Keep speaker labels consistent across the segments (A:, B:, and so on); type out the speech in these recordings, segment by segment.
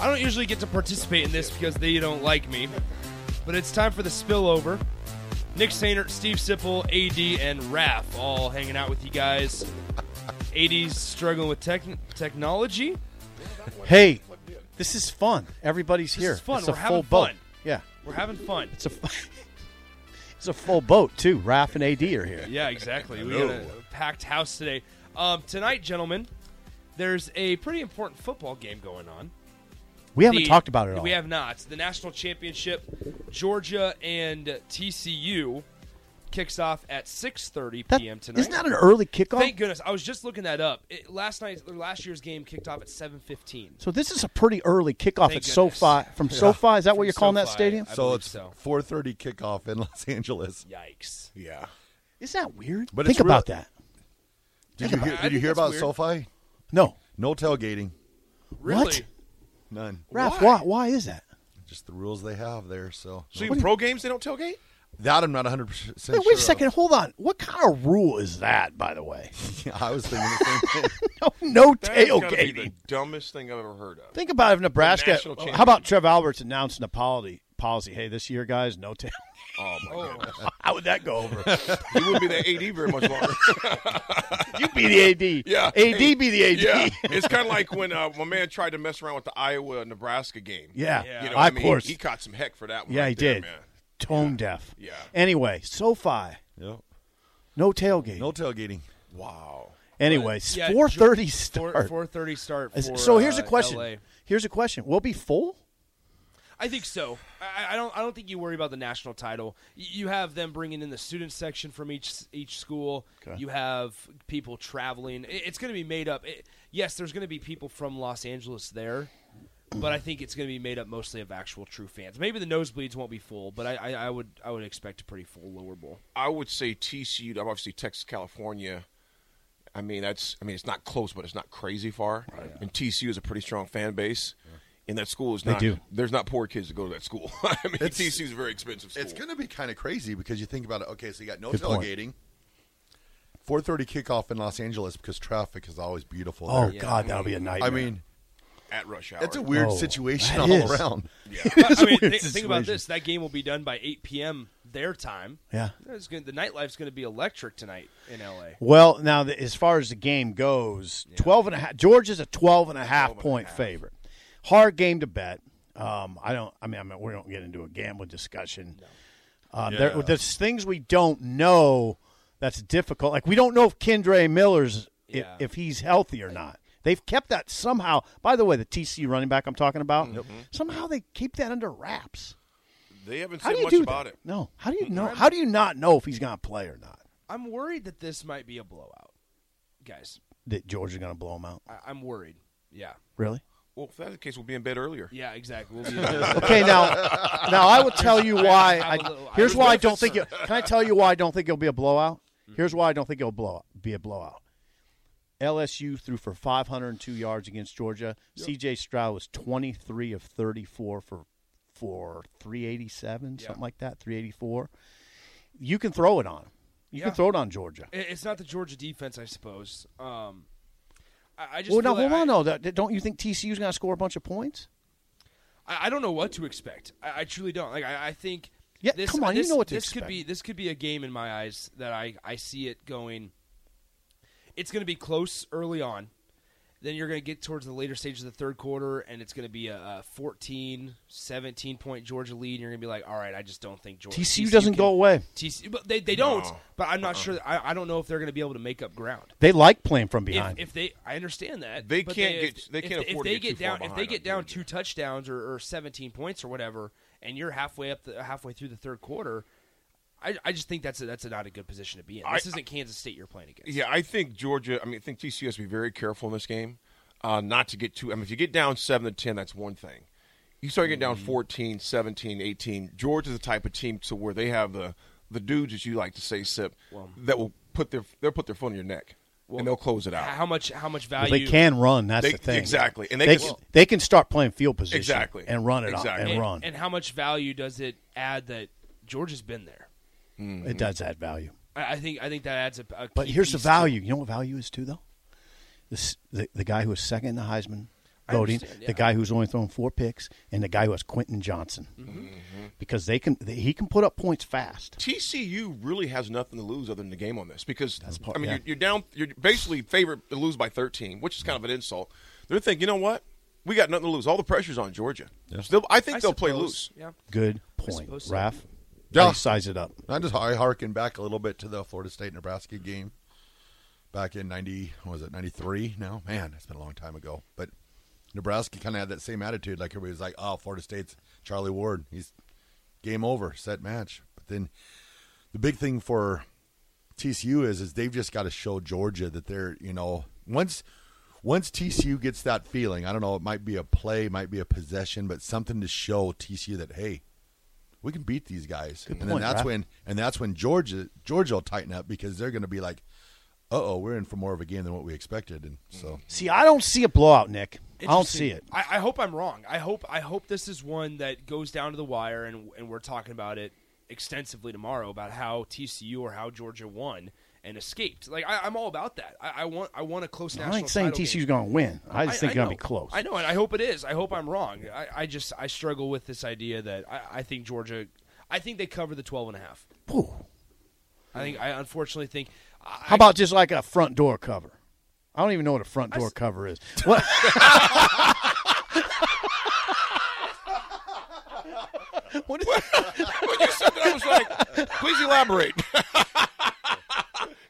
A: I don't usually get to participate in this because they don't like me, but it's time for the spillover. Nick Sainert, Steve Sipple, AD, and Raph all hanging out with you guys. AD's struggling with tech- technology.
B: Hey, this is fun. Everybody's here.
A: is fun.
B: It's a
A: We're having
B: full boat.
A: fun.
B: Yeah,
A: We're having fun.
B: it's a it's a full boat too. Raph and AD are here.
A: Yeah, exactly. We got a packed house today. Um, tonight, gentlemen, there's a pretty important football game going on.
B: We haven't
A: the-
B: talked about it all.
A: We have not. The national championship, Georgia and TCU, kicks off at 6:30
B: That-
A: p.m. tonight.
B: Isn't that an early kickoff?
A: Thank goodness. I was just looking that up. It, last night, or last year's game kicked off at 7:15.
B: so this is a pretty early kickoff
A: Thank
B: at
A: goodness.
B: SoFi. From SoFi, is that
A: From
B: what you're calling that
A: SoFi.
B: stadium?
A: I
C: So
A: believe
C: it's
A: so.
C: 4:30 kickoff in Los Angeles.
A: Yikes!
C: Yeah.
B: Isn't that weird?
C: But
B: Think
C: it's real-
B: about that.
C: Did you hear,
A: I
C: did you
A: think
C: hear
A: that's
C: about
A: weird.
C: SoFi?
B: No,
C: No tailgating.
A: Really?
B: What?
C: None.
B: Raph, why? Why is that?
C: Just the rules they have there. So,
D: So even pro games, they don't tailgate?
C: that I'm not 100 percent sure.
B: Hey, wait a
C: of.
B: second. Hold on. What kind of rule is that, by the way?
C: Yeah, I was thinking the same thing.
B: Oh, no
D: That's gotta be the
B: tailgating.
D: dumbest thing I've ever heard of.
B: Think about if Nebraska.
D: National
B: How about Trev Alberts announcing a policy? Policy. Hey, this year, guys, no tail.
D: Oh my god,
B: How would that go over?
D: he wouldn't be that AD very much longer.
B: you be the AD.
D: Yeah.
B: AD be the AD.
D: yeah, it's kind of like when uh, my man tried to mess around with the Iowa Nebraska game.
B: Yeah.
D: you know,
B: Of
D: what I mean,
B: course.
D: he caught some heck for that one.
B: Yeah,
D: right
B: he
D: there,
B: did.
D: man.
B: Tone deaf.
D: Yeah.
B: Anyway, SoFi,
C: Yep.
B: no tailgate.
C: No tailgating.
D: Wow.
B: anyway,
A: Yeah,
B: four thirty
A: Geor-
B: start.
A: Four- 4:30 start.
B: Is-
A: for,
B: so here's
A: uh,
B: a question.
A: LA.
B: Here's a question. We'll be full.
A: I think so. I, I don't. I don't think you worry about the national title. Y- You have them bringing in the student section from each each school. You have people traveling. It- it's going to be made up. It, yes, there's going to be people from Los Angeles there, but I think it's going to be made up mostly of actual true fans. Maybe the nosebleeds won't be full, but I, I, I would I would expect a pretty full lower bowl.
D: I would say TCU. I'm obviously Texas, California. I mean, that's. I mean, it's not close, but it's not crazy far. And TCU is a pretty strong fan base. And that school is not.
B: do.
D: There's not poor kids that go to that school. I mean, TCU is a very expensive school.
C: It's going to be kind of crazy because you think about it. Okay, so you got no
B: Good point.
C: tailgating. 4:30 kickoff in Los Angeles because traffic is always beautiful.
B: Oh
C: there.
B: God, that would be a nightmare.
C: I mean,
D: at rush hour.
C: it's a weird
B: Oh,
C: situation
B: that
C: all
B: is.
C: around.
A: But, I mean,
B: weird
A: thi- think about
B: situation.
A: this. That game will be done by 8 p.m. their time.
B: Yeah.
A: It's gonna, the nightlife's going to be electric tonight in L.A.
B: Well, now the, as far as the game goes, twelve and a half. Georgia's a twelve and a half point favorite. Hard game to bet. Um, I don't. I mean, I mean, we don't get into a gambling discussion. Um, there, there's things we don't know that's difficult. Like we don't know if Kendra Miller's i-
A: Yeah.
B: if, he's healthy or not. They've kept that somehow. By the way, the TC running back I'm talking about, somehow they keep that under wraps.
D: they haven't
B: How
D: said
B: do you
D: much
B: do
D: about
B: that?
D: it.
B: No. How do you know? How do you not know if he's going to play or not?
A: I'm worried that this might be a blowout, guys.
B: That Georgia's going to blow him out.
A: I, I'm worried. Yeah.
B: Really?
D: Well, if that's the case, we'll be in bed earlier.
A: Yeah, exactly. We'll be
B: Okay, now, now I will tell you why.
A: I'm a
B: I,
A: little- Mm-hmm.
B: here's
A: I'm
B: why I
A: with
B: don't think. It, can I tell you why I don't think it'll be a blowout? Here's why I don't think it'll blow be a blowout. LSU threw for 502 yards against Georgia. C.J. Stroud was 23 of 34 for for 387,
A: Yeah.
B: something like that, 384. You can throw it on. 'em. You
A: Yeah.
B: can throw it on Georgia.
A: It- It's not the Georgia defense, I suppose. Um, I, I just
B: Well, now
A: feel
B: hold
A: like
B: on
A: I,
B: though. That- Don't you think TCU's going to score a bunch of points?
A: I, I don't know what to expect. I, I truly don't. Like I, I think.
B: Yeah,
A: this,
B: come on, you
A: this,
B: know what to
A: this could
B: expect.
A: be. This could be a game in my eyes that I I see it going. It's going to be close early on. Then you're going to get towards the later stages of the third quarter, and it's going to be a, a 14, 17 point Georgia lead. And you're going to be like, all right, I just don't think Georgia.
B: TCU doesn't go away.
A: TCU, but they, they don't. But I'm
D: Uh-uh.
A: not sure. I, I don't know if they're going to be able to make up ground.
B: They like playing from behind.
A: if, if they I understand that
D: They
A: but
D: can't
A: if-
D: get- they
A: if-
D: can't
A: if,
D: afford to
A: they
D: get too
A: down
D: far
A: if they
D: behind
A: get
D: on
A: down
D: Georgia.
A: two touchdowns or, or 17 points or whatever and you're halfway up the, halfway through the third quarter I, I just think that's a, that's a not a good position to be in
D: I-
A: this isn't Kansas State you're playing against
D: Yeah, I think Georgia. I mean, I think TCU has to be very careful in this game, uh, not to get too. I mean, if you get down seven to ten, that's one thing. You start getting down 14, 17, 18. Georgia's the type of team to where they have the the dudes, as you like to say, sip, that will put their they'll put their foot on your neck and they'll close it out.
A: how much how much
B: Well,
A: value
B: they can run. That's
D: They-
B: the thing.
D: exactly, and they
B: they
D: can-
B: can, they can start playing field position
D: Exactly.
B: and run it
D: Exactly.
B: up and
A: and,
B: run.
A: and how much value does it add that Georgia's been there
B: it does add value.
A: I, I think I think that adds a, a
B: But
A: key
B: here's the
A: piece to-
B: value. You know what value is too, though. This the, the guy who was second in the Heisman
A: I
B: voting,
A: understand, yeah.
B: the guy who's only thrown four picks, and the guy who has Quentin Johnson, because they can they, he can put up points fast.
D: TCU really has nothing to lose other than the game on this because
B: part-
D: I mean
B: yeah.
D: you're, you're down you're basically favored to lose by 13, which is kind of an insult. They're thinking, you know what, we got nothing to lose. All the pressure's on Georgia. They'll- I think
A: I
D: they'll play
A: suppose,
D: loose.
A: yeah
B: Good point,
A: suppose so.
B: Raph.
C: Yeah.
B: How you size it up.
C: I just I harken back a little bit to the Florida State Nebraska game back in ninety what was it ninety three? Now man, it's been a long time ago. But Nebraska kind of had that same attitude, like everybody was like, "Oh, Florida State's Charlie Ward, he's game over, set match." But then the big thing for TCU is is they've just got to show Georgia that they're you know once once TCU gets that feeling, I don't know, it might be a play, might be a possession, but something to show TCU that hey, we can beat these guys. and
B: point,
C: then that's
B: Raph.
C: when and that's when Georgia Georgia will tighten up because they're going to be like, uh oh, we're in for more of a game than what we expected, and so
B: See, I don't see a blowout, Nick. I don't see it.
A: Interesting. I, I hope I'm wrong. I hope I hope this is one that goes down to the wire, and and we're talking about it extensively tomorrow about how TCU or how Georgia won and escaped. Like I, I'm all about that. I, I want I want a close.
B: I
A: national
B: ain't saying
A: title game.
B: TCU's going to win. I just think
A: I
B: it's going to be
A: know.
B: close.
A: I know, and I hope it is. I hope I'm wrong. I, I just I struggle with this idea that I, I think Georgia. I think they cover the 12 and a half.
B: Whew.
A: I think I unfortunately think. I,
B: How about just like a front door cover? I don't even know what a front door cover is. What? What is-
D: when you said that, I was like, please elaborate.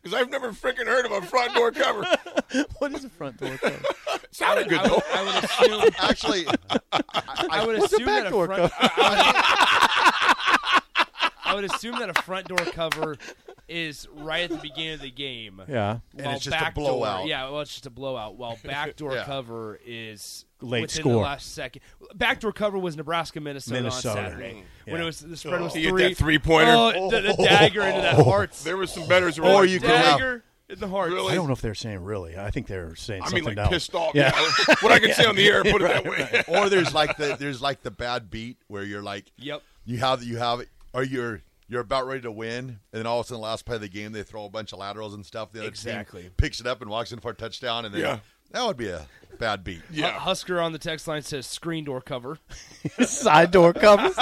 D: Because I've never freaking heard of a front door cover.
B: what is a front door cover?
D: Sounded good,
A: I
D: though.
A: would, I would assume.
C: actually,
A: I would
B: What's a
A: assume that a
B: backdoor
A: front. I, I would- I would assume that a front door cover is right at the beginning of the game.
B: Yeah.
C: And
A: While
C: it's just a
A: backdoor-
C: blowout.
A: yeah, well, it's just a blowout. While backdoor
C: Yeah.
A: cover is
B: Late
A: within the
B: score.
A: last second. Backdoor cover was Nebraska Minnesota,
B: Minnesota.
A: on Saturday
B: Mm.
A: when
B: Yeah.
A: it was the spread was
D: Oh.
A: three
D: You hit that three-pointer.
A: Oh, the, the dagger into
D: Oh.
A: that Oh, heart.
D: There was some betters who were
C: Or
D: like,
C: you could have-
A: dagger in the heart.
D: Really?
B: I don't know if they're saying really. I think they're saying
D: I mean,
B: something
D: like
B: else.
D: pissed off.
B: Yeah.
D: Yeah. what I could say on the air, put it that way.
C: or there's like the there's like the bad beat where you're like,
A: Yep.
C: you have you have or you're you're about ready to win, and then all of a sudden, last play of the game, they throw a bunch of laterals and stuff. The other
A: Exactly.
C: team picks it up and walks in for a touchdown, and then
D: Yeah.
C: that would be a bad beat.
A: Hu- Husker on the text line says screen door cover.
B: Side door covers.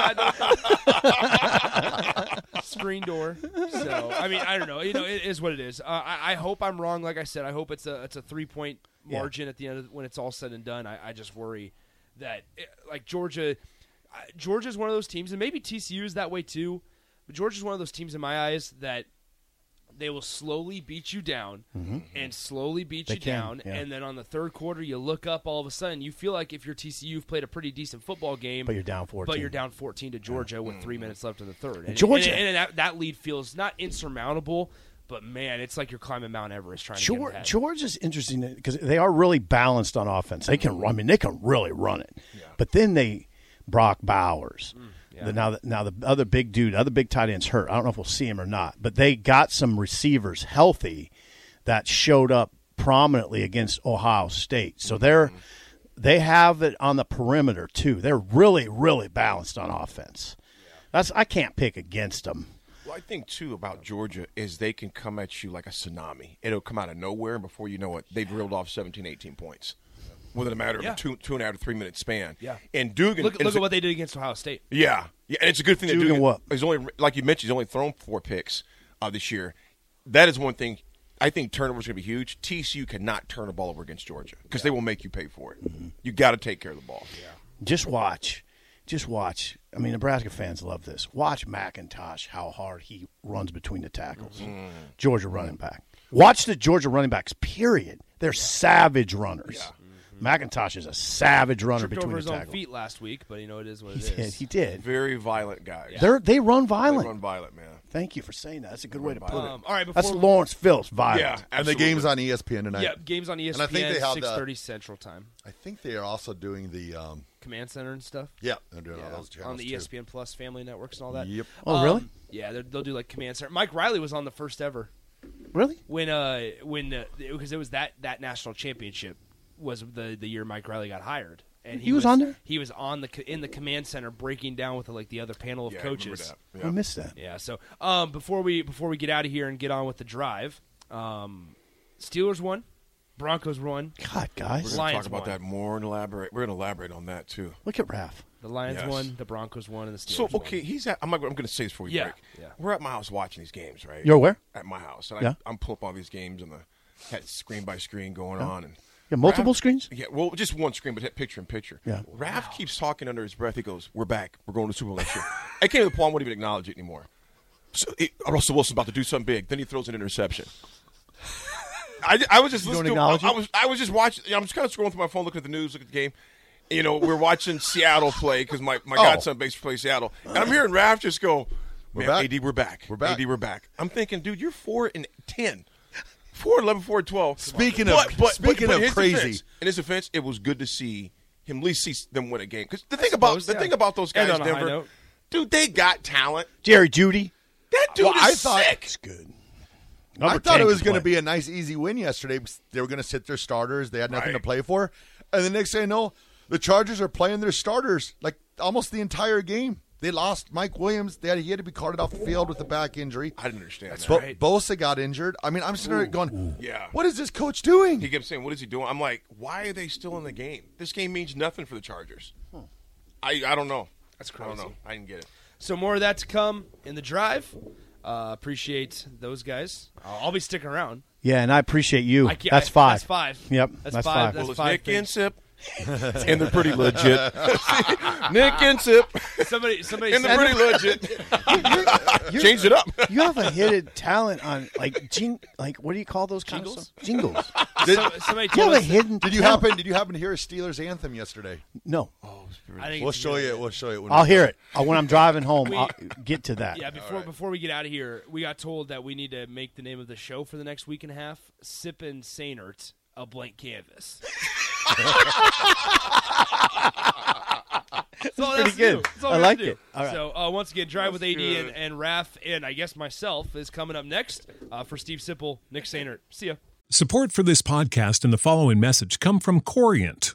A: screen door. So I mean, I don't know. You know, it is what it is. Uh, I, I hope I'm wrong. Like I said, I hope it's a it's a three point margin at the end of when it's all said and done. I, I just worry that eh, like Georgia, I- Georgia's one of those teams, and maybe TCU is that way too. But Georgia's one of those teams in my eyes that they will slowly beat you down and slowly beat
B: Mm-hmm. They
A: you
B: can,
A: down,
B: yeah.
A: and then on the third quarter you look up. All of a sudden, you feel like if you're TCU, you've played a pretty decent football game,
B: But you're down 14.
A: But you're down 14 to Georgia with three minutes left in the third. And,
B: Georgia-
A: and, and that, that lead feels not insurmountable, But man, it's like you're climbing Mount Everest trying to
B: George,
A: get ahead.
B: George is interesting because they are really balanced on offense. They can, run- I mean, they can really run it. But then they, Brock Bowers.
A: Mm,
B: The, now, the, now the other big dude, other big tight end's hurt. I don't know if we'll see him or not. But they got some receivers healthy that showed up prominently against Ohio State.
A: Mm-hmm.
B: So they're they have it on the perimeter too. They're really, really balanced on offense. That's I can't pick against them.
D: Well, I think too about Georgia is they can come at you like a tsunami. It'll come out of nowhere, and before you know it, they've reeled off 17, 18 points within a matter of
A: Yeah.
D: a two two and a half to three minute span.
A: Yeah.
D: and Dugan.
A: Look, look
D: and it's
A: at
D: a-
A: what they did against Ohio State.
D: Yeah, yeah, and it's a good thing that
B: Dugan
D: Dugan
B: what?
D: He's only like you mentioned. He's only thrown four picks uh, this year. That is one thing. I think turnovers going to be huge. TCU cannot turn a ball over against Georgia because they will make you pay for it. You got to take care of the ball. Yeah.
B: Just watch. Just watch. I mean, Nebraska fans love this. Watch McIntosh how hard he runs between the tackles. Georgia running back. Watch the Georgia running backs, period. They're savage runners. McIntosh is a savage runner
A: Tripped
B: between
A: over
B: the
A: his own
B: tackles.
A: feet last week, but you know it is what
B: He
A: it is.
B: did. He did.
D: Very violent guys.
B: They're, they run
D: They
B: violent.
D: run violent, man.
B: Thank you for saying that. That's a good way to put
A: Um,
B: it.
A: all right, before
B: That's Lawrence Phillips violent.
D: Yeah,
C: And the
D: absolutely.
C: game's on E ESPN tonight.
A: yeah, games on E ESPN
C: I think they have the-
A: 6:30 Central Time,
C: I think they are also doing the um,
A: Command Center and stuff.
C: yeah, they're doing all
A: Yeah,
C: those channels
A: on the E
C: too.
A: ESPN Plus family networks and all that. Um,
C: Yep.
B: Oh, really?
A: Yeah, they're- they'll do like Command Center. Mike Riley was on the first ever
B: Really?
A: when uh when uh, because it was that that national championship was the the year Mike Riley got hired. And
B: He was on there?
A: He was on the co- in the command center breaking down with like the other panel of
D: Yeah, I remember
A: coaches.
D: that.
B: I missed that.
A: Yeah. So um, before we before we get out of here and get on with the drive, um, Steelers won, Broncos won,
B: God, guys.
D: We're going to
A: Lions
D: talk about
A: won.
D: that more and elaborate. We're going to elaborate on that too.
B: Look at Raf.
A: the Lions
D: Yes.
A: won, the Broncos won, and the Steelers.
D: So
A: won.
D: okay, he's at. I'm, not- I'm going to say this before we
A: Yeah,
D: break.
A: yeah.
D: We're at my house watching these games, right?
B: You're where?
D: At my house, and
B: Yeah.
D: I, I'm pulling up all these games and the had screen by screen going on and.
B: You have multiple
D: Raph-
B: screens?
D: Yeah, well, just one screen, but hit picture in picture.
B: Yeah.
D: Raph keeps talking under his breath. He goes, "We're back. We're going to the Super Bowl next year." I came to the point I won't even acknowledge it anymore. So it, Russell Wilson's about to do something big. Then he throws an interception. I, I was just
B: You don't
D: listening.
B: acknowledge
D: to, I, I
B: it?
D: was I was just watching. You know, I'm just kind of scrolling through my phone, looking at the news, looking at the game. You know, we're watching Seattle play because my, my godson basically plays Seattle, and I'm hearing Raph just go,
C: Oh. We're
D: "Man,
C: back.
D: AD, we're back.
C: We're back.
D: AD, we're back." I'm thinking, dude, you're four and ten. Four and 11, 4 and 12.
C: Speaking of- speaking of
D: his
C: crazy.
D: defense- in his defense, it was good to see him at least see them win a game. Because the thing about
A: suppose,
D: the
A: yeah.
D: thing about those
A: And
D: guys,
A: on a high
D: Denver,
A: note.
D: dude, they got talent.
B: Jerry Judy.
D: That dude
C: Well,
D: is
C: I thought-
D: sick.
B: It's good.
C: I thought it was going to be a nice, easy win yesterday. because They were going to sit their starters. They had nothing to
D: Right.
C: play for, and the next thing I know, the Chargers are playing their starters like almost the entire game. They lost Mike Williams. They had, he had to be carted off the field with a back injury.
D: I didn't understand that.
C: Bo- Bosa got injured. I mean, I'm sitting there going,
D: Yeah.
C: what is this coach doing?"
D: He kept saying, "What is he doing?" I'm like, "Why are they still in the game? This game means nothing for the Chargers."
C: Hmm.
D: I I don't know.
A: That's
D: I don't
A: crazy.
D: know. I didn't get it.
A: So more of that to come in the drive. Uh, appreciate those guys. I'll, I'll be sticking around.
B: Yeah, and I appreciate you.
A: I can't-
B: that's
A: I-
B: five.
A: that's five.
B: Yep.
A: That's
B: That's,
A: five.
B: five.
A: That's-
D: well, it's
A: five
D: Nick
A: things.
D: Insip, and they're pretty legit. Nick Insip,
A: Somebody, somebody.
D: and
A: said-
D: they're pretty legit. Changed it up.
B: you have a hidden talent on like jing, like what do you call those kinds of stuff? Jingles.
A: some- somebody
B: you
A: told
B: have a
A: us. that-
B: hidden.
C: Did you
B: talent.
C: happen? Did you happen to hear a Steelers anthem yesterday?
B: No,
A: I think
C: We'll
A: it's-
C: show you. We'll show you. when
B: I'll
C: we-
B: hear it Uh, when I'm driving home.
A: We-
B: I'll get to that.
A: Yeah, before before we get out of here, we got told that we need to make the name of the show for the next week and a half Sippin' Sainert, a blank canvas. That's all it has
B: pretty
A: to do.
B: good.
A: That's all
B: I
A: it has
B: like
A: to do.
B: it. All right.
A: So uh, once again, Drive with AD and, and Raph and I guess myself is coming up next uh, for Steve Sipple, Nick Sainert. See ya.
E: Support for this podcast and the following message come from Corient.